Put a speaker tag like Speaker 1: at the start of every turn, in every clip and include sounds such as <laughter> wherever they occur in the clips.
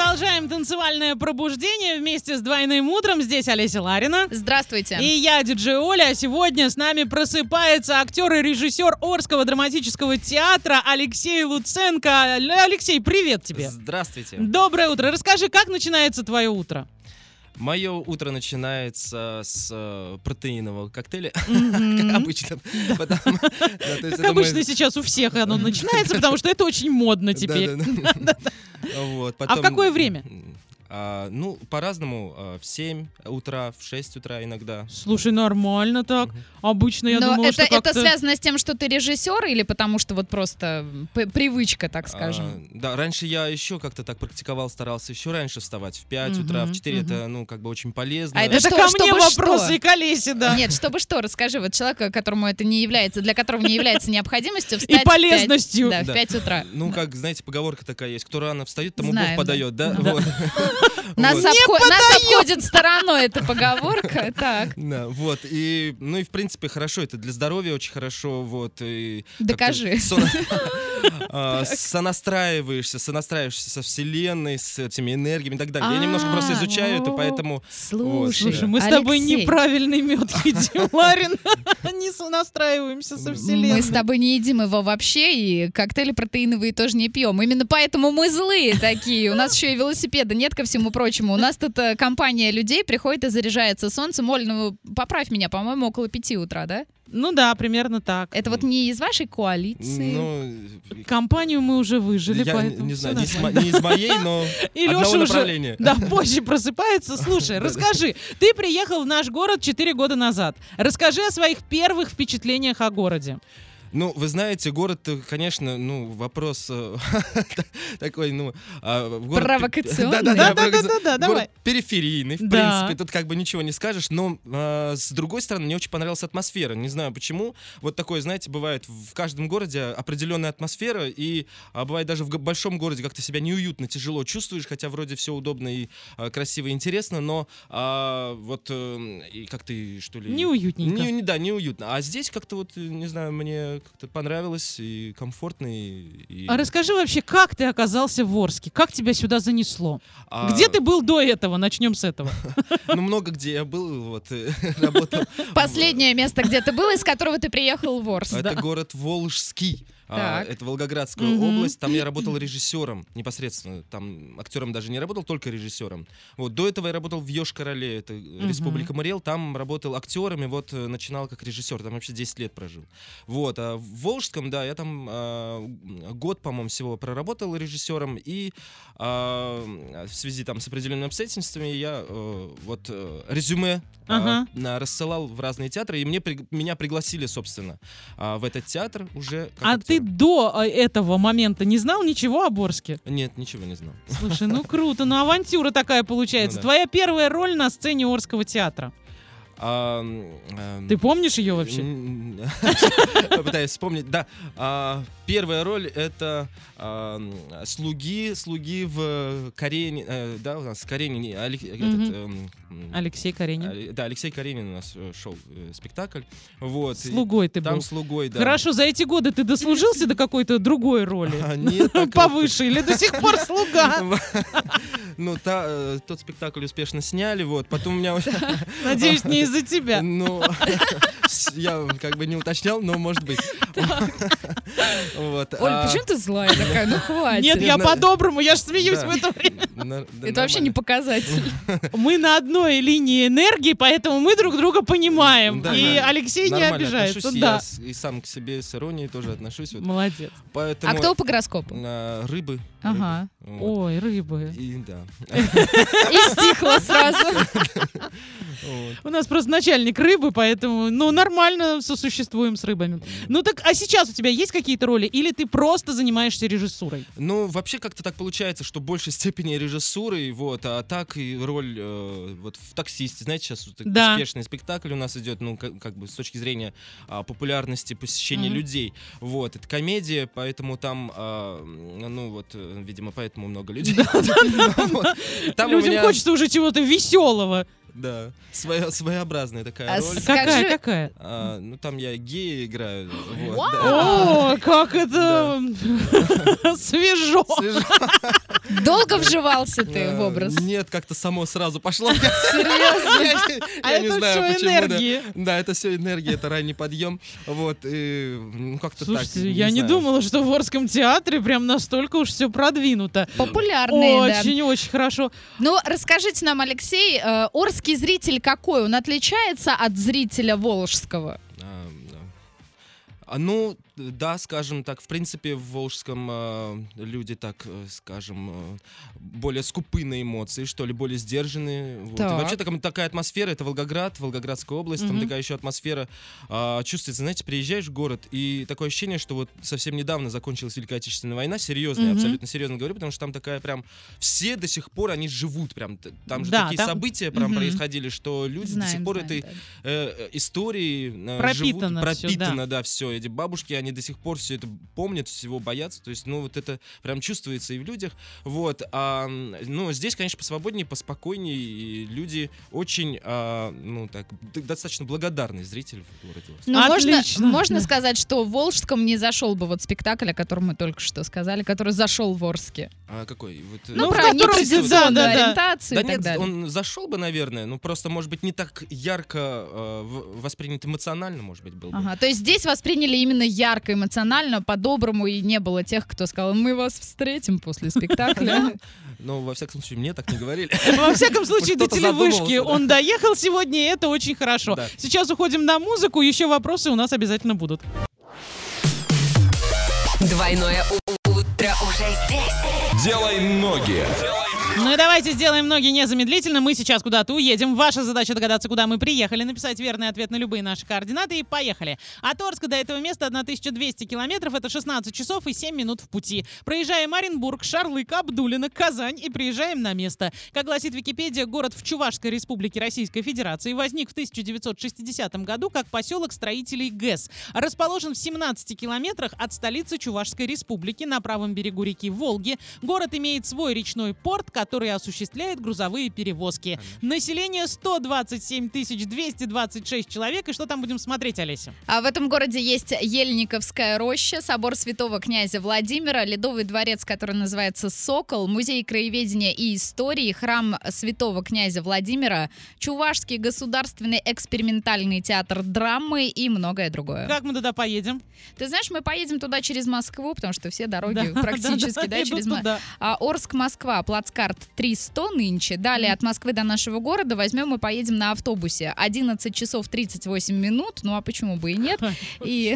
Speaker 1: Продолжаем танцевальное пробуждение вместе с двойным утром. Здесь Олеся Ларина.
Speaker 2: Здравствуйте.
Speaker 1: И я, диджей Оля. А Сегодня с нами просыпается актер и режиссер Орского драматического театра Алексей Луценко. Л- Алексей, привет тебе.
Speaker 3: Здравствуйте.
Speaker 1: Доброе утро. Расскажи, как начинается твое утро?
Speaker 3: Мое утро начинается с э, протеинового коктейля, <laughs> <laughs> как
Speaker 1: Мгм.
Speaker 3: обычно. Потому- <laughs> да, то есть
Speaker 1: Как
Speaker 3: это мой-
Speaker 1: обычно сейчас у всех оно начинается, потому что это очень модно теперь.
Speaker 3: Да, да, да. <laughs> Вот, потом-
Speaker 1: какое время?
Speaker 3: А, Ну, по-разному. а, В 7 утра, в 6 утра иногда.
Speaker 1: Слушай, нормально так.
Speaker 3: Мгм.
Speaker 1: Обычно ну, я
Speaker 2: Но
Speaker 1: думала,
Speaker 2: это,
Speaker 1: что
Speaker 2: это
Speaker 1: как-то-
Speaker 2: связано с тем, что ты режиссер, или потому что вот просто м, п- привычка, так скажем.
Speaker 3: А, Да, раньше я еще как-то так практиковал, старался еще раньше вставать. В 5 утра,
Speaker 1: Мгм,
Speaker 3: в 4
Speaker 1: мгм.
Speaker 3: это, ну, как бы очень полезно.
Speaker 2: А это
Speaker 1: Это
Speaker 2: что,
Speaker 1: ко мне
Speaker 2: чтобы
Speaker 1: вопросы
Speaker 2: что?
Speaker 1: и к Олесе, да.
Speaker 2: Нет, чтобы что, расскажи, вот человека, которому это не является, для которого не является необходимостью встать
Speaker 1: И
Speaker 2: в пять-
Speaker 1: полезностью.
Speaker 2: да, в
Speaker 3: Да.
Speaker 2: 5 утра.
Speaker 3: Ну, как, знаете, поговорка такая есть. Кто рано встает, тому
Speaker 2: Знаем,
Speaker 3: Бог
Speaker 2: да.
Speaker 3: подает, да?
Speaker 1: Да.
Speaker 3: Вот.
Speaker 2: Нас,
Speaker 3: Вот.
Speaker 2: обхо- нас обходит стороной эта поговорка. Так,
Speaker 3: <laughs> Да, вот, и, ну и, в принципе, хорошо, это для здоровья очень хорошо, вот, и... как-то
Speaker 2: докажи. <laughs>
Speaker 3: сон- а, Сонастраиваешься, сонастраиваешься со вселенной, с этими энергиями и так далее. Я немножко просто
Speaker 2: А,
Speaker 3: изучаю это,
Speaker 2: о.
Speaker 3: поэтому...
Speaker 2: Слушай,
Speaker 1: Слушай, мы с тобой
Speaker 2: Алексей,
Speaker 1: неправильный
Speaker 2: <laughs>
Speaker 1: мед едим, Ларин. <laughs> Не сонастраиваемся со
Speaker 3: Мы с
Speaker 1: вселенной.
Speaker 2: Мы с тобой не едим его вообще, и коктейли протеиновые тоже не пьем. Именно поэтому мы злые такие. У нас еще и велосипеда нет, ко всему прочему. У нас тут э, компания людей приходит и заряжается солнцем. Оль, ну поправь меня, по-моему, около пяти утра, да?
Speaker 1: Ну да, примерно так.
Speaker 2: Это вот не из вашей коалиции.
Speaker 3: Ну,
Speaker 1: Компанию мы уже выжили,
Speaker 3: я не-
Speaker 1: поэтому
Speaker 3: не
Speaker 1: всё
Speaker 3: знаю, не из
Speaker 1: нормально.
Speaker 3: мо- не из моей,
Speaker 2: <laughs>
Speaker 3: но
Speaker 1: И
Speaker 3: одного
Speaker 1: Леша уже
Speaker 3: направления.
Speaker 1: <laughs> да, позже просыпается.
Speaker 3: <laughs>
Speaker 1: Слушай, расскажи, ты приехал в наш город 4 года назад. Расскажи о своих первых впечатлениях о городе.
Speaker 3: Ну, вы знаете, город, э, конечно, ну, вопрос э, <laughs> такой, ну... а, в город-
Speaker 2: Провокационный.
Speaker 3: <laughs> Да-да-да, провокационный.
Speaker 1: Да-да-да, давай.
Speaker 3: Город периферийный, в
Speaker 1: Да.
Speaker 3: принципе, тут как бы ничего не скажешь, но э, с другой стороны, мне очень понравилась атмосфера, не знаю почему, вот такое, знаете, бывает в каждом городе определенная атмосфера, и а, бывает даже в г- большом городе как-то себя неуютно, тяжело чувствуешь, хотя вроде все удобно и э, красиво и интересно, но а, вот э, и как ты, что ли...
Speaker 1: Неуютненько.
Speaker 3: Не, не- да, неуютно. А здесь как-то вот, э, не знаю, мне как-то понравилось и комфортно. И, и-
Speaker 1: А расскажи вообще, как ты оказался в Орске? Как тебя сюда занесло?
Speaker 3: А,
Speaker 1: Где ты был до этого? Начнем с этого.
Speaker 3: Ну, много где я был, вот, э, <laughs> работал.
Speaker 2: Последнее место, где ты был, из которого ты приехал в Орс.
Speaker 3: А Это город Волжский. А,
Speaker 2: Так.
Speaker 3: это Волгоградская
Speaker 1: Мгм.
Speaker 3: область. Там я работал режиссером непосредственно. Там актером даже не работал, только режиссером. Вот до этого я работал в Йошкар-Оле, это э, Республика Мариэл. Там работал актером и вот э, начинал как режиссер. Там вообще 10 лет прожил. Вот. А в Волжском, да, я там а, м, год, по-моему, всего проработал режиссером. И а, м, в связи там с определенными обстоятельствами я э, вот э, резюме а,
Speaker 1: Ага.
Speaker 3: на- рассылал в разные театры, и мне при- меня пригласили, собственно, а, в этот театр уже. как
Speaker 1: А ты
Speaker 3: актера.
Speaker 1: до э, этого момента не знал ничего о Борске?
Speaker 3: Нет, ничего не знал.
Speaker 1: Слушай, ну круто, ну авантюра такая получается.
Speaker 3: Ну да.
Speaker 1: Твоя первая роль на сцене Орского театра.
Speaker 3: А, м, эм,
Speaker 1: Ты помнишь ее вообще?
Speaker 3: <laughs> м, Пытаюсь вспомнить. Да, а, первая роль это а, м, слуги, слуги в Каренине, э, да, у нас Каренине, Али- этот, эм, м,
Speaker 1: Алексей Каренин.
Speaker 3: Али- да, Алексей Каренин у нас э, шел э, спектакль, вот. и
Speaker 1: Слугой ты
Speaker 3: Там
Speaker 1: был.
Speaker 3: слугой, да.
Speaker 1: Хорошо, за эти годы ты дослужился до какой-то другой роли?
Speaker 3: <laughs>
Speaker 1: <laughs>
Speaker 3: А, нет, так вот.
Speaker 1: Повыше или до сих пор слуга?
Speaker 3: <laughs> Ну, та, э, тот спектакль успешно сняли, вот. Потом у
Speaker 1: <laughs>
Speaker 3: меня...
Speaker 1: Надеюсь, не из-за тебя.
Speaker 3: Ну, <laughs> с- я как бы не уточнял, но может быть. Вот.
Speaker 2: Оль,
Speaker 3: а,
Speaker 2: почему ты злая такая? Ну хватит.
Speaker 1: Нет, я
Speaker 3: на-
Speaker 1: по-доброму, я же смеюсь
Speaker 3: да.
Speaker 1: в это
Speaker 3: <laughs>
Speaker 1: время.
Speaker 3: нар- да,
Speaker 2: Это вообще не
Speaker 3: нормально.
Speaker 2: показатель.
Speaker 1: Мы на одной линии энергии, поэтому мы друг друга понимаем.
Speaker 3: Да,
Speaker 1: И
Speaker 3: да.
Speaker 1: Алексей не
Speaker 3: Нормально
Speaker 1: обижается.
Speaker 3: отношусь, и
Speaker 1: Да.
Speaker 3: я с- и сам к себе с иронией тоже отношусь. вот.
Speaker 1: Молодец.
Speaker 3: Поэтому...
Speaker 2: А кто по гороскопу?
Speaker 3: а, Рыбы.
Speaker 2: Ага.
Speaker 3: рыбы, вот.
Speaker 1: Ой, рыбы.
Speaker 3: И да.
Speaker 2: И стихло сразу.
Speaker 3: Вот.
Speaker 1: У нас просто начальник рыбы, поэтому, ну, нормально сосуществуем с рыбами. Ну так, а сейчас у тебя есть какие-то роли, или ты просто занимаешься режиссурой?
Speaker 3: Ну, вообще как-то так получается, что в большей степени режиссуры, вот, а так и роль э, вот в «Таксисте». Знаете, сейчас вот
Speaker 1: Да.
Speaker 3: успешный спектакль у нас идет, ну, как, как бы с точки зрения а, популярности посещения
Speaker 1: Мгм.
Speaker 3: людей. Вот, это комедия, поэтому там, а, м, ну, вот, э, видимо, поэтому много людей. <laughs> Вот. Там у
Speaker 1: Людям
Speaker 3: меня,
Speaker 1: хочется уже чего-то веселого.
Speaker 3: да, свое- своеобразная
Speaker 2: А
Speaker 3: такая роль.
Speaker 2: с- Скажи-
Speaker 1: Какая, какая?
Speaker 3: А, Ну, там я гея играю.
Speaker 2: А.
Speaker 3: вот, да.
Speaker 1: О, как это <laughs> свежо.
Speaker 3: Свежо.
Speaker 2: Долго вживался ты
Speaker 3: Э,
Speaker 2: в образ?
Speaker 3: Нет, как-то само сразу пошло.
Speaker 2: <laughs> Серьезно?
Speaker 1: А
Speaker 3: Я не
Speaker 1: это
Speaker 3: знаю,
Speaker 1: все
Speaker 3: почему, да.
Speaker 1: энергии.
Speaker 3: Да, это все энергия, это ранний подъем. Вот, и, ну как-то так.
Speaker 1: Слушайте, я не
Speaker 3: знаю.
Speaker 1: думала, что в Орском театре прям настолько уж все продвинуто.
Speaker 2: Популярные, да.
Speaker 1: Очень-очень хорошо.
Speaker 2: Ну, расскажите нам, Алексей, э, Орский зритель какой? Он отличается от зрителя Волжского?
Speaker 3: А, да. А, Ну, да, скажем так, в принципе, в Волжском э, люди так, э, скажем, э, более скупы на эмоции, что ли, более сдержанные. Вот. И
Speaker 2: Так.
Speaker 3: вообще такая, такая атмосфера, это Волгоград, Волгоградская область, там
Speaker 1: Мгм.
Speaker 3: такая еще атмосфера а, чувствуется, знаете, приезжаешь в город, и такое ощущение, что вот совсем недавно закончилась Великая Отечественная война, серьезно, я
Speaker 1: Мгм.
Speaker 3: абсолютно серьезно говорю, потому что там такая прям, все до сих пор, они живут прям, т- там же
Speaker 1: Да,
Speaker 3: такие
Speaker 1: там-
Speaker 3: события прям
Speaker 1: Мгм.
Speaker 3: происходили, что люди до сих
Speaker 2: Знаем,
Speaker 3: пор
Speaker 2: знаем,
Speaker 3: этой
Speaker 2: да.
Speaker 3: э, э, истории э,
Speaker 1: Пропитано
Speaker 3: живут,
Speaker 1: всё,
Speaker 3: пропитано, да. все. Эти бабушки, они до сих пор все это помнят, всего боятся. То есть, ну, вот это прям чувствуется и в людях. Вот. А, м, ну, здесь, конечно, поспокойнее, поспокойнее. И люди очень, а, ну, так, д- достаточно благодарный зритель в городе.
Speaker 2: Ну, можно,
Speaker 1: Отлично.
Speaker 2: можно сказать, что в Волжском не зашел бы вот спектакль, о котором мы только что сказали, который зашел в Орске.
Speaker 3: А какой? Вот, э,
Speaker 2: Ну,
Speaker 1: Ну, в
Speaker 2: про
Speaker 1: котором-
Speaker 2: нетрадиционную
Speaker 1: да, да, да.
Speaker 2: ориентацию
Speaker 3: Да
Speaker 2: и так
Speaker 3: нет,
Speaker 2: далее.
Speaker 3: он зашел бы, наверное, ну просто, может быть, не так ярко э, в- воспринят эмоционально, может быть, был бы.
Speaker 2: Ага, то есть здесь восприняли именно ярко, эмоционально, по-доброму, и не было тех, кто сказал, мы вас встретим после
Speaker 3: <laughs>
Speaker 2: спектакля.
Speaker 3: Но, во всяком случае, мне так не говорили.
Speaker 1: Во всяком случае, до
Speaker 3: Кто-то
Speaker 1: телевышки
Speaker 3: задумался, да.
Speaker 1: он доехал сегодня, и это очень хорошо.
Speaker 3: Да.
Speaker 1: Сейчас уходим на музыку, еще вопросы у нас обязательно будут.
Speaker 4: Двойное у- утро уже здесь.
Speaker 5: Делай ноги.
Speaker 1: Ну и давайте сделаем ноги незамедлительно. Мы сейчас куда-то уедем. Ваша задача догадаться, куда мы приехали, написать верный ответ на любые наши координаты и поехали. От Орска до этого места 1200 километров. Это 16 часов и 7 минут в пути. Проезжаем Оренбург, Шарлык, Абдулино, Казань и приезжаем на место. Как гласит Википедия, город в Чувашской республике Российской Федерации возник в 1960 году как поселок строителей ГЭС. Расположен в 17 километрах от столицы Чувашской республики на правом берегу реки Волги. Город имеет свой речной порт, который осуществляет грузовые перевозки. Население 127 226 человек. И что там будем смотреть, Олеся?
Speaker 2: А в этом городе есть Ельниковская роща, собор святого князя Владимира, ледовый дворец, который называется Сокол, музей краеведения и истории, храм святого князя Владимира, Чувашский государственный экспериментальный театр драмы и многое другое.
Speaker 1: Как мы туда поедем?
Speaker 2: Ты знаешь, мы поедем туда через Москву, потому что все дороги
Speaker 1: <laughs> Да,
Speaker 2: практически, да,
Speaker 1: да, да,
Speaker 2: через
Speaker 1: идут
Speaker 2: Мо-
Speaker 1: туда.
Speaker 2: а, Орск-Москва, плацкарт 300 нынче. Далее
Speaker 1: Мгм.
Speaker 2: от Москвы до нашего города возьмем и поедем на автобусе. 11 часов 38 минут, ну а почему бы
Speaker 1: <laughs>
Speaker 2: и нет. И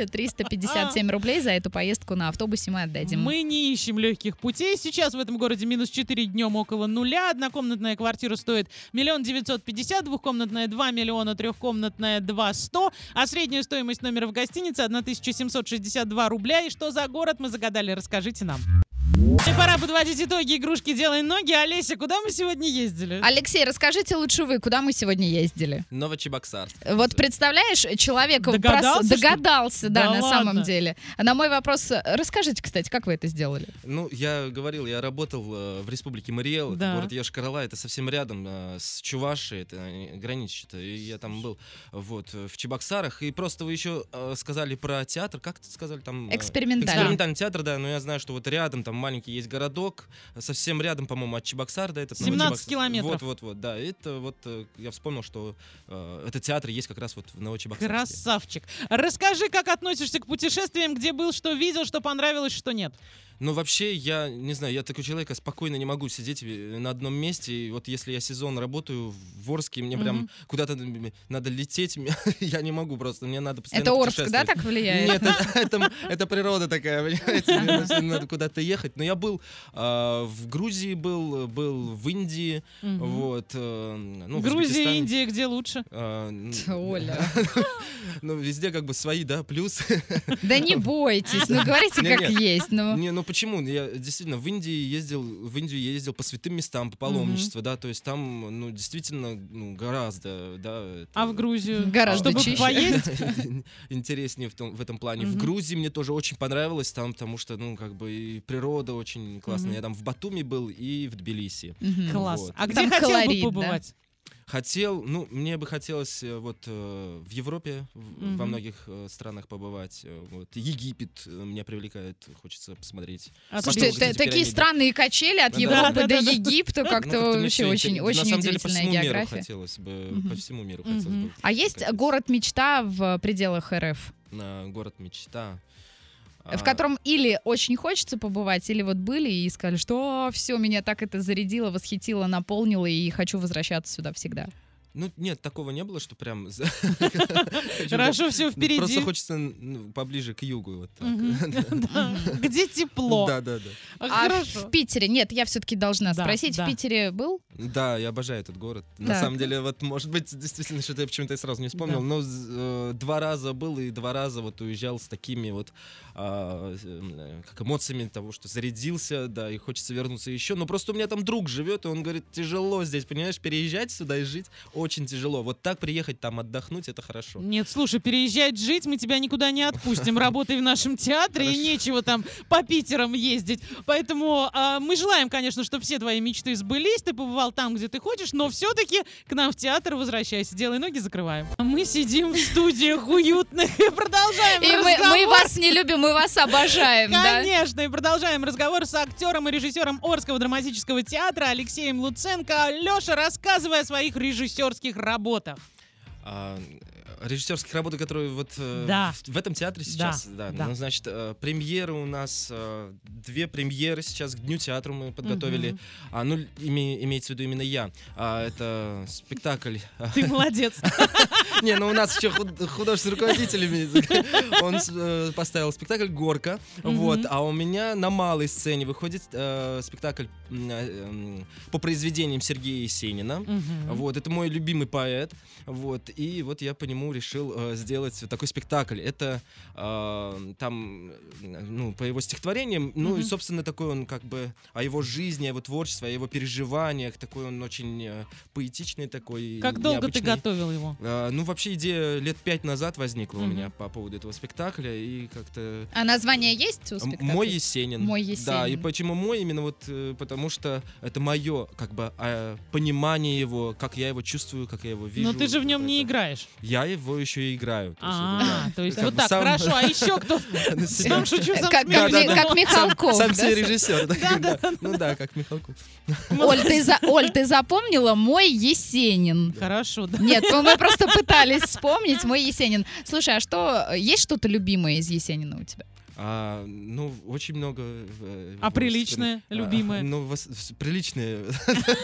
Speaker 2: 1357 рублей за эту поездку на автобусе мы отдадим.
Speaker 1: А. Мы не ищем легких путей. Сейчас в этом городе минус 4 днем около нуля. Однокомнатная квартира стоит миллион девятьсот пятьдесят, двухкомнатная 2 миллиона, трехкомнатная 2 сто, а среднюю стоимость номера в гостинице 1762 рубля. И что за город мы загадали, расскажите нам. И пора подводить итоги игрушки «Делай ноги». Олеся, куда мы сегодня ездили?
Speaker 2: Алексей, расскажите лучше вы, куда мы сегодня ездили?
Speaker 3: Новочебоксарск.
Speaker 2: Вот представляешь, человек прос-
Speaker 1: Догадался, что-
Speaker 2: догадался, да,
Speaker 1: Да
Speaker 2: на самом
Speaker 1: ладно.
Speaker 2: деле. А На мой вопрос, э, расскажите, кстати, как вы это сделали?
Speaker 3: Ну, я говорил, я работал э, в республике Мариэл,
Speaker 1: Да.
Speaker 3: это город Йошкар-Ола, это совсем рядом э, с Чувашией, это э, граничит, и я там был, вот, э, в Чебоксарах, и просто вы еще э, сказали про театр, как это сказали там? э,
Speaker 2: Экспериментально.
Speaker 3: Экспериментальный театр, да, но я знаю, что вот рядом там маленький есть городок, совсем рядом, по-моему, от Чебоксар, да, этот.
Speaker 1: 17 километров.
Speaker 3: Вот, вот, вот, да, это вот, э, я вспомнил, что э, этот театр есть как раз вот в Новочебоксарске.
Speaker 1: Красавчик. Расскажи, как относишься к путешествиям, где был, что видел, что понравилось, что нет.
Speaker 3: Ну, вообще, я не знаю, я такой человек, я спокойно не могу сидеть э, на одном месте. И вот если я сезон работаю в Орске, мне прям
Speaker 1: Мгм.
Speaker 3: куда-то м, надо лететь, <laughs> мне- я не могу просто, мне надо постоянно
Speaker 2: Это Орск, да,
Speaker 3: путешествовать.
Speaker 2: так влияет?
Speaker 3: Нет,
Speaker 2: <laughs>
Speaker 3: это, это- это природа такая, понимаете, мне на всё надо куда-то ехать. Но я был а, в Грузии, был, был в Индии,
Speaker 1: Мгм.
Speaker 3: вот. э, ну, в
Speaker 1: Грузия,
Speaker 3: Узбекистане.
Speaker 1: Индия, где лучше?
Speaker 3: А, н-
Speaker 2: Ть, Оля.
Speaker 3: <laughs> Ну, везде как бы свои, да, плюсы.
Speaker 2: Да не бойтесь, ну говорите как
Speaker 3: Не-не.
Speaker 2: есть. Ну,
Speaker 3: Не, ну почему? Я действительно в Индии ездил, в Индию я ездил по святым местам, по
Speaker 1: Мгм.
Speaker 3: паломничеству, да, то есть там, ну, действительно, ну, гораздо, да. это-
Speaker 1: А в Грузию?
Speaker 2: Гораздо
Speaker 1: Чтобы
Speaker 2: чище.
Speaker 1: поесть?
Speaker 2: <laughs>
Speaker 3: <laughs> Интереснее в, том, в этом плане. В
Speaker 1: Мгм.
Speaker 3: Грузии мне тоже очень понравилось там, потому что, ну, как бы и природа очень классная.
Speaker 1: Мгм.
Speaker 3: Я там в Батуми был и в Тбилиси.
Speaker 2: мгм.
Speaker 1: Класс.
Speaker 3: Вот.
Speaker 1: А где
Speaker 2: Там
Speaker 1: хотел
Speaker 2: колорит,
Speaker 1: бы
Speaker 2: да?
Speaker 1: побывать?
Speaker 3: Хотел, ну, мне бы хотелось э, вот э, в Европе, в- во
Speaker 1: Мгм.
Speaker 3: многих э, странах побывать. э, Вот. Египет э, меня привлекает, хочется посмотреть.
Speaker 1: А
Speaker 2: Слушайте,
Speaker 3: Потом
Speaker 2: это
Speaker 3: эти
Speaker 2: такие
Speaker 3: пирамиды.
Speaker 2: странные качели от
Speaker 3: Да.
Speaker 2: Европы
Speaker 1: Да, да,
Speaker 2: до
Speaker 1: да.
Speaker 2: Египта, как-то
Speaker 3: Ну, мне
Speaker 2: вообще
Speaker 3: всё
Speaker 2: очень,
Speaker 3: интерес-
Speaker 2: очень
Speaker 3: На самом деле, по
Speaker 2: удивительная
Speaker 3: всему миру
Speaker 2: география.
Speaker 3: хотелось бы,
Speaker 2: Мгм.
Speaker 3: по всему миру
Speaker 1: Мгм.
Speaker 3: хотелось бы.
Speaker 2: А есть
Speaker 3: прокатиться.
Speaker 2: город мечта в пределах РФ,
Speaker 3: На город мечта. А,
Speaker 2: в котором или очень хочется побывать, или вот были и сказали, что все меня так это зарядило, восхитило, наполнило и хочу возвращаться сюда всегда.
Speaker 3: Ну, нет, такого не было, что прям...
Speaker 2: <laughs>
Speaker 3: за-
Speaker 1: Хорошо, все впереди.
Speaker 3: Просто хочется ну, поближе к югу. вот так.
Speaker 1: Мгм. <laughs>
Speaker 2: <laughs>
Speaker 1: Да. Где тепло?
Speaker 3: <laughs> Да, да, да.
Speaker 2: А
Speaker 1: Хорошо.
Speaker 2: в Питере нет, я все-таки должна
Speaker 1: Да,
Speaker 2: спросить,
Speaker 1: да.
Speaker 2: в Питере был?
Speaker 3: Да, я обожаю этот город.
Speaker 2: Так.
Speaker 3: На самом деле, вот, может быть, действительно, что-то я почему-то и сразу не вспомнил,
Speaker 1: Да.
Speaker 3: но э, два раза был и два раза вот уезжал с такими вот а, э, как эмоциями того, что зарядился, да, и хочется вернуться еще. Но просто у меня там друг живет, и он говорит, тяжело здесь, понимаешь, переезжать сюда и жить очень тяжело. Вот так приехать там отдохнуть, это хорошо.
Speaker 1: Нет, слушай, переезжать жить мы тебя никуда не
Speaker 3: <laughs>
Speaker 1: отпустим. Работай в нашем театре, и
Speaker 3: Хорошо.
Speaker 1: нечего там по Питерам ездить. Поэтому а, мы желаем, конечно, чтобы все твои мечты сбылись, ты побывал там, где ты хочешь, но все-таки к нам в театр возвращайся. Делай ноги, закрываем. А Мы сидим в студиях уютных и продолжаем
Speaker 2: И мы,
Speaker 1: разговор.
Speaker 2: мы вас не любим, мы вас обожаем, да?
Speaker 1: Конечно, и продолжаем разговор с актером и режиссером Орского драматического театра Алексеем Луценко. Леша, рассказывай о своих режиссерских
Speaker 3: <laughs>
Speaker 1: работах.
Speaker 3: А, режиссерских работ, которые вот э,
Speaker 1: Да.
Speaker 3: в, в этом театре сейчас. Да,
Speaker 1: да.
Speaker 3: Ну, значит, э, премьеры у нас, э, две премьеры сейчас к Дню театра мы подготовили.
Speaker 1: Мгм.
Speaker 3: А, ну, име- имеется в виду именно я. А, это спектакль.
Speaker 1: Ты молодец.
Speaker 3: Не, ну у нас еще худ- художественный руководитель. имеется. Он с- э, поставил спектакль «Горка».
Speaker 1: Мгм.
Speaker 3: Вот. А у меня на малой сцене выходит э, спектакль м, э, м, по произведениям Сергея Есенина.
Speaker 1: Мгм.
Speaker 3: Вот, это мой любимый поэт. Вот, и вот я по нему решил э, сделать вот такой спектакль. Это э, там, э, ну, по его стихотворениям, ну, и,
Speaker 1: Мгм.
Speaker 3: собственно, такой он как бы о его жизни, о его творчестве, о его переживаниях. Такой он очень э, поэтичный такой.
Speaker 1: Как долго ты
Speaker 3: необычный.
Speaker 1: готовил его?
Speaker 3: Э, ну, вообще, идея лет пять назад возникла у
Speaker 1: Мгм.
Speaker 3: меня по поводу этого спектакля, и как-то
Speaker 2: А название есть у
Speaker 3: М-
Speaker 2: спектакля?
Speaker 3: Мой Есенин.
Speaker 2: Мой
Speaker 3: Да, и
Speaker 2: Есенин.
Speaker 3: почему мой именно вот, э, потому что это мое, как бы, э, понимание его, как я его чувствую, как я его вижу.
Speaker 1: Но Ну, ты же в нем не
Speaker 3: Вот это.
Speaker 1: играешь.
Speaker 3: Я его еще и играю. то есть это, да.
Speaker 1: А, то есть
Speaker 3: Как
Speaker 1: вот
Speaker 3: бы
Speaker 1: так,
Speaker 3: сам-
Speaker 1: хорошо.
Speaker 3: <laughs>
Speaker 1: А еще кто? Сам
Speaker 3: На себя.
Speaker 1: шучу, сам
Speaker 2: Как, как
Speaker 1: смеюсь.
Speaker 3: Да,
Speaker 2: Ми-
Speaker 3: да,
Speaker 2: как Михалков.
Speaker 3: Сам
Speaker 2: да?
Speaker 3: себе режиссер. да,
Speaker 1: Да, да,
Speaker 3: да. Ну да, как Михалков.
Speaker 2: Оль, ты, за- Оль, ты запомнила мой Есенин?
Speaker 1: Хорошо, да.
Speaker 2: Нет, ну мы просто пытались вспомнить мой Есенин. Слушай, а что, э, есть что-то любимое из Есенина у тебя?
Speaker 3: А, ну, очень много... э,
Speaker 1: А
Speaker 3: вот,
Speaker 1: приличное,
Speaker 3: э,
Speaker 1: любимое?
Speaker 3: Ну, вос- вс-
Speaker 1: <laughs>
Speaker 3: приличное.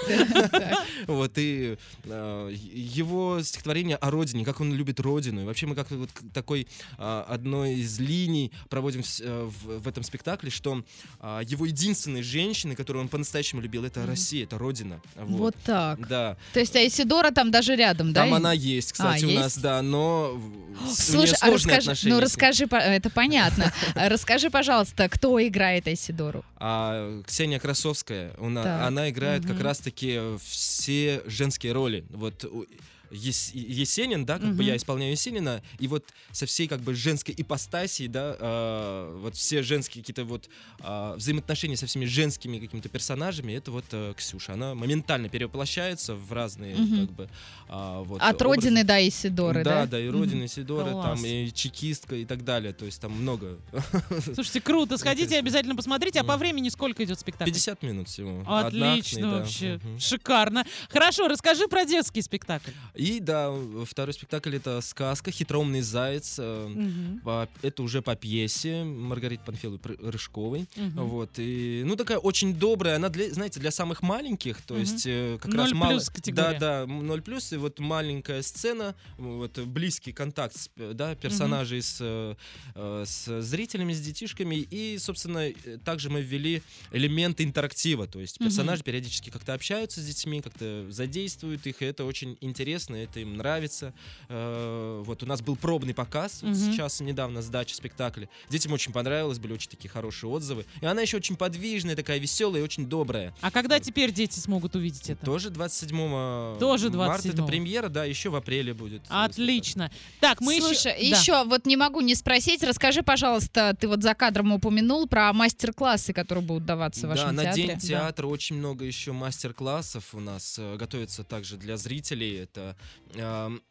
Speaker 2: Так.
Speaker 3: Вот, и э, его стихотворение о родине, как он любит родину. И вообще мы как вот к такой а, одной из линий проводим вс- э, в, в этом спектакле, что а, его единственной женщиной, которую он по-настоящему любил, это
Speaker 1: Мгм.
Speaker 3: Россия, это родина.
Speaker 2: Вот так.
Speaker 3: Да.
Speaker 2: То есть Айсидора там даже рядом, да? А,
Speaker 3: Там она есть, кстати, у нас,
Speaker 2: есть?
Speaker 3: да, но в- с- у нее
Speaker 2: Слушай, а
Speaker 3: сложные
Speaker 2: расскажи,
Speaker 3: отношения.
Speaker 2: ну
Speaker 3: с ним.
Speaker 2: расскажи, по- это
Speaker 3: <laughs>
Speaker 2: понятно. А Расскажи, пожалуйста, кто играет Айсидору?
Speaker 3: А Ксения Красовская, она,
Speaker 2: Так.
Speaker 3: она играет как
Speaker 2: Мгм.
Speaker 3: раз-таки все женские роли. Вот у- Ес- Есенин, да, как
Speaker 1: Мгм.
Speaker 3: бы я исполняю Есенина, и вот со всей как бы женской ипостасией, да, э, вот все женские какие-то вот а, взаимоотношения со всеми женскими какими-то персонажами, это вот э, Ксюша, она моментально перевоплощается в разные
Speaker 2: Мгм.
Speaker 3: как бы а, вот
Speaker 2: От
Speaker 3: образы.
Speaker 2: родины до Исидоры, да?
Speaker 3: да, да, и родины, и Сидоры,
Speaker 1: Класс.
Speaker 3: там и чекистка и так далее, то есть там много. <laughs>
Speaker 1: Слушайте, круто. Сходите,
Speaker 3: Интересно.
Speaker 1: обязательно посмотрите. А по
Speaker 3: Мгм.
Speaker 1: времени сколько идет спектакль?
Speaker 3: 50 минут всего. Одна актная,
Speaker 1: Отлично
Speaker 3: да.
Speaker 1: вообще.
Speaker 3: Мгм.
Speaker 1: Шикарно. Хорошо, расскажи про детский спектакль.
Speaker 3: И да, второй спектакль это сказка "Хитроумный заяц". э,
Speaker 1: Мгм,
Speaker 3: по- Это уже по пьесе Маргариты Панфиловой Пры- Рыжковой.
Speaker 1: мгм.
Speaker 3: Вот и ну такая очень добрая, она для, знаете, для самых маленьких, то
Speaker 1: Мгм.
Speaker 3: есть э, как
Speaker 1: Ноль
Speaker 3: раз мало.
Speaker 1: плюс категория.
Speaker 3: Да, да, м, ноль плюс и вот маленькая сцена, вот э, близкий контакт, с, э, да, персонажей с э, э, с зрителями, с детишками и, собственно, э, также мы ввели элемент интерактива, то есть
Speaker 1: Мгм.
Speaker 3: персонажи периодически как-то общаются с детьми, как-то задействуют их, и это очень интересно интересно, это им нравится. Э, Вот у нас был пробный показ, вот
Speaker 1: Мгм.
Speaker 3: сейчас недавно сдача спектакля. Детям очень понравилось, были очень такие хорошие отзывы. И она еще очень подвижная, такая веселая и очень добрая.
Speaker 1: А когда теперь дети смогут увидеть это?
Speaker 3: Тоже 27
Speaker 1: Тоже
Speaker 3: марта это
Speaker 1: 27-го.
Speaker 3: премьера, да, еще в апреле будет. э,
Speaker 1: Отлично. Так, мы
Speaker 2: Слушай,
Speaker 1: еще... Да.
Speaker 2: вот не могу не спросить, расскажи, пожалуйста, ты вот за кадром упомянул про мастер-классы, которые будут даваться в
Speaker 3: Да,
Speaker 2: вашем
Speaker 3: на
Speaker 2: театре.
Speaker 3: День театра очень много еще мастер-классов у нас э, готовится также для зрителей. Это эм,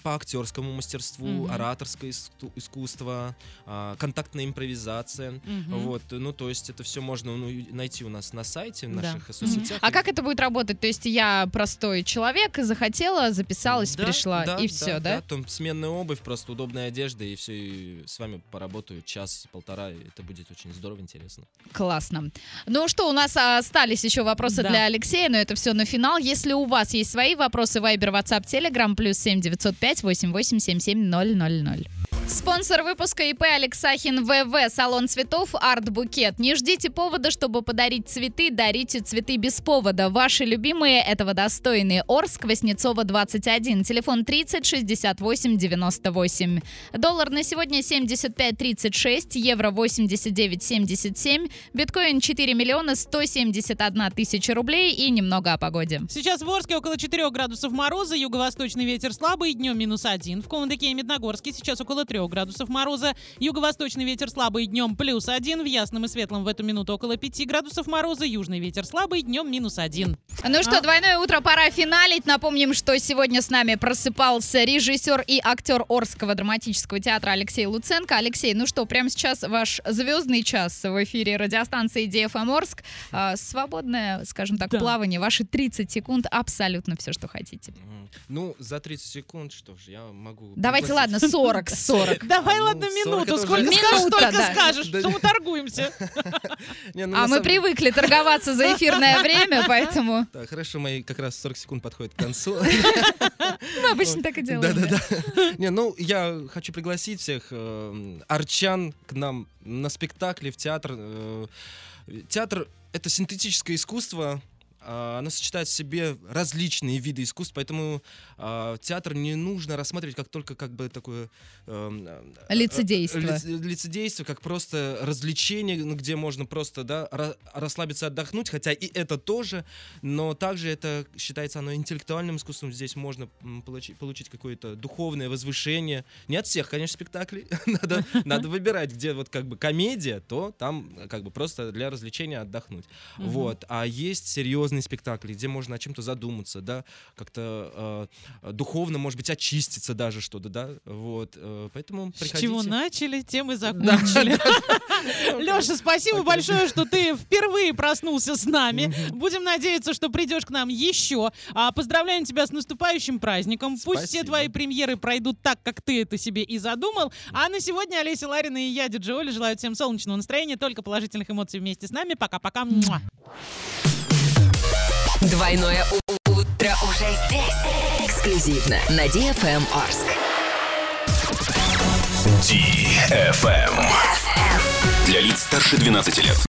Speaker 3: <clears throat> по актерскому мастерству,
Speaker 1: Мгм.
Speaker 3: ораторское иску- искусство, а, контактная импровизация.
Speaker 1: Мгм.
Speaker 3: Вот, ну то есть это все можно ну, и найти у нас на сайте, в
Speaker 1: Да.
Speaker 3: наших
Speaker 1: Мгм.
Speaker 3: соцсетях.
Speaker 2: А как это будет работать? То есть я простой человек, захотела, записалась,
Speaker 3: Да,
Speaker 2: пришла,
Speaker 3: да,
Speaker 2: и все, да?
Speaker 3: Там сменная обувь, просто удобная одежда, и все, и с вами поработаю час-полтора, и это будет очень здорово, интересно.
Speaker 2: Классно. Ну что, у нас а, остались еще вопросы
Speaker 1: Да.
Speaker 2: для Алексея, но это все на финал. Если у вас есть свои вопросы, Вайбер, WhatsApp, Telegram, плюс 7905 ноль Спонсор выпуска ИП Алексахин ВВ, салон цветов Арт Букет. Не ждите повода, чтобы подарить цветы, дарите цветы без повода. Ваши любимые этого достойны. Орск, Воснецова, 21, телефон 30 68 98. Доллар на сегодня 75.36, евро 89.77, биткоин 4 миллиона 171 тысяча рублей и немного о погоде.
Speaker 1: Сейчас в Орске около 4 градусов мороза, юго-восточный ветер слабый, днем минус 1. В Кулмадыке и Медногорске сейчас около 3 градусов мороза, юго-восточный ветер слабый, днем плюс 1. В Ясном и Светлом в эту минуту около 5 градусов мороза, южный ветер слабый, днем минус 1.
Speaker 2: Ну что,
Speaker 1: А.
Speaker 2: двойное утро, пора финалить. Напомним, что сегодня с нами просыпался режиссер и актер Орского драматического театра Алексей Луценко. Алексей, ну что, прямо сейчас ваш звездный час в эфире радиостанции DFM Орск. А, Свободное, скажем так,
Speaker 1: Да.
Speaker 2: плавание, ваши 30 секунд, абсолютно все, что хотите.
Speaker 3: Мгм. Ну, за 30 секунд, что ж, я могу...
Speaker 2: Давайте,
Speaker 3: пригласить.
Speaker 2: ладно, 40, 40.
Speaker 1: Давай,
Speaker 3: ну,
Speaker 1: ладно,
Speaker 3: 40
Speaker 1: минуту.
Speaker 3: это
Speaker 1: Сколько
Speaker 3: уже-
Speaker 1: скажешь,
Speaker 2: Минута,
Speaker 1: только
Speaker 2: да.
Speaker 1: скажешь,
Speaker 3: Да.
Speaker 1: что мы торгуемся.
Speaker 3: Не, ну, на
Speaker 2: А мы
Speaker 3: самом-
Speaker 2: привыкли торговаться за эфирное время, поэтому
Speaker 3: Так, хорошо, мои как раз 40 секунд подходят к концу.
Speaker 2: мы обычно так и <laughs> делаем. да.
Speaker 3: Да-да-да. Не, ну, я хочу пригласить всех э, арчан к нам на спектакли, в театр. Э, Театр — это синтетическое искусство, а, оно сочетает в себе различные виды искусств, поому а, театр не нужно рассматривать как только как бы такое... эм, э,
Speaker 2: Лицедейство.
Speaker 3: лиц- лицедейство, как просто развлечение, ну, где можно просто да, ра- расслабиться, отдохнуть, хотя и это тоже, но также это считается оно интеллектуальным искусством, здесь можно м, получи- получить какое-то духовное возвышение. Не от всех, конечно, спектаклей, <laughs> надо, надо выбирать, где вот как бы комедия, то там э, как бы просто для развлечения отдохнуть.
Speaker 1: Мгм.
Speaker 3: Вот. А есть серьезные спектакли, где можно о чем-то задуматься, да, как-то э, духовно, может быть, очиститься даже что-то, да, вот. э, поэтому
Speaker 1: С
Speaker 3: приходите.
Speaker 1: чего начали, тем и закончили. <laughs> Леша, спасибо
Speaker 3: Так,
Speaker 1: большое, что ты впервые проснулся с нами. Будем надеяться, что придешь к нам еще. А, Поздравляем тебя с наступающим праздником. Пусть все
Speaker 3: Спасибо.
Speaker 1: твои премьеры пройдут так, как ты это себе и задумал. А на сегодня Олеся Ларина и я, Диджи Оля, желаю всем солнечного настроения, только положительных эмоций вместе с нами. Пока-пока. Муа.
Speaker 4: Двойное у- утро уже здесь. Эксклюзивно на DFM Орск.
Speaker 5: DFM. Для лиц старше 12 лет.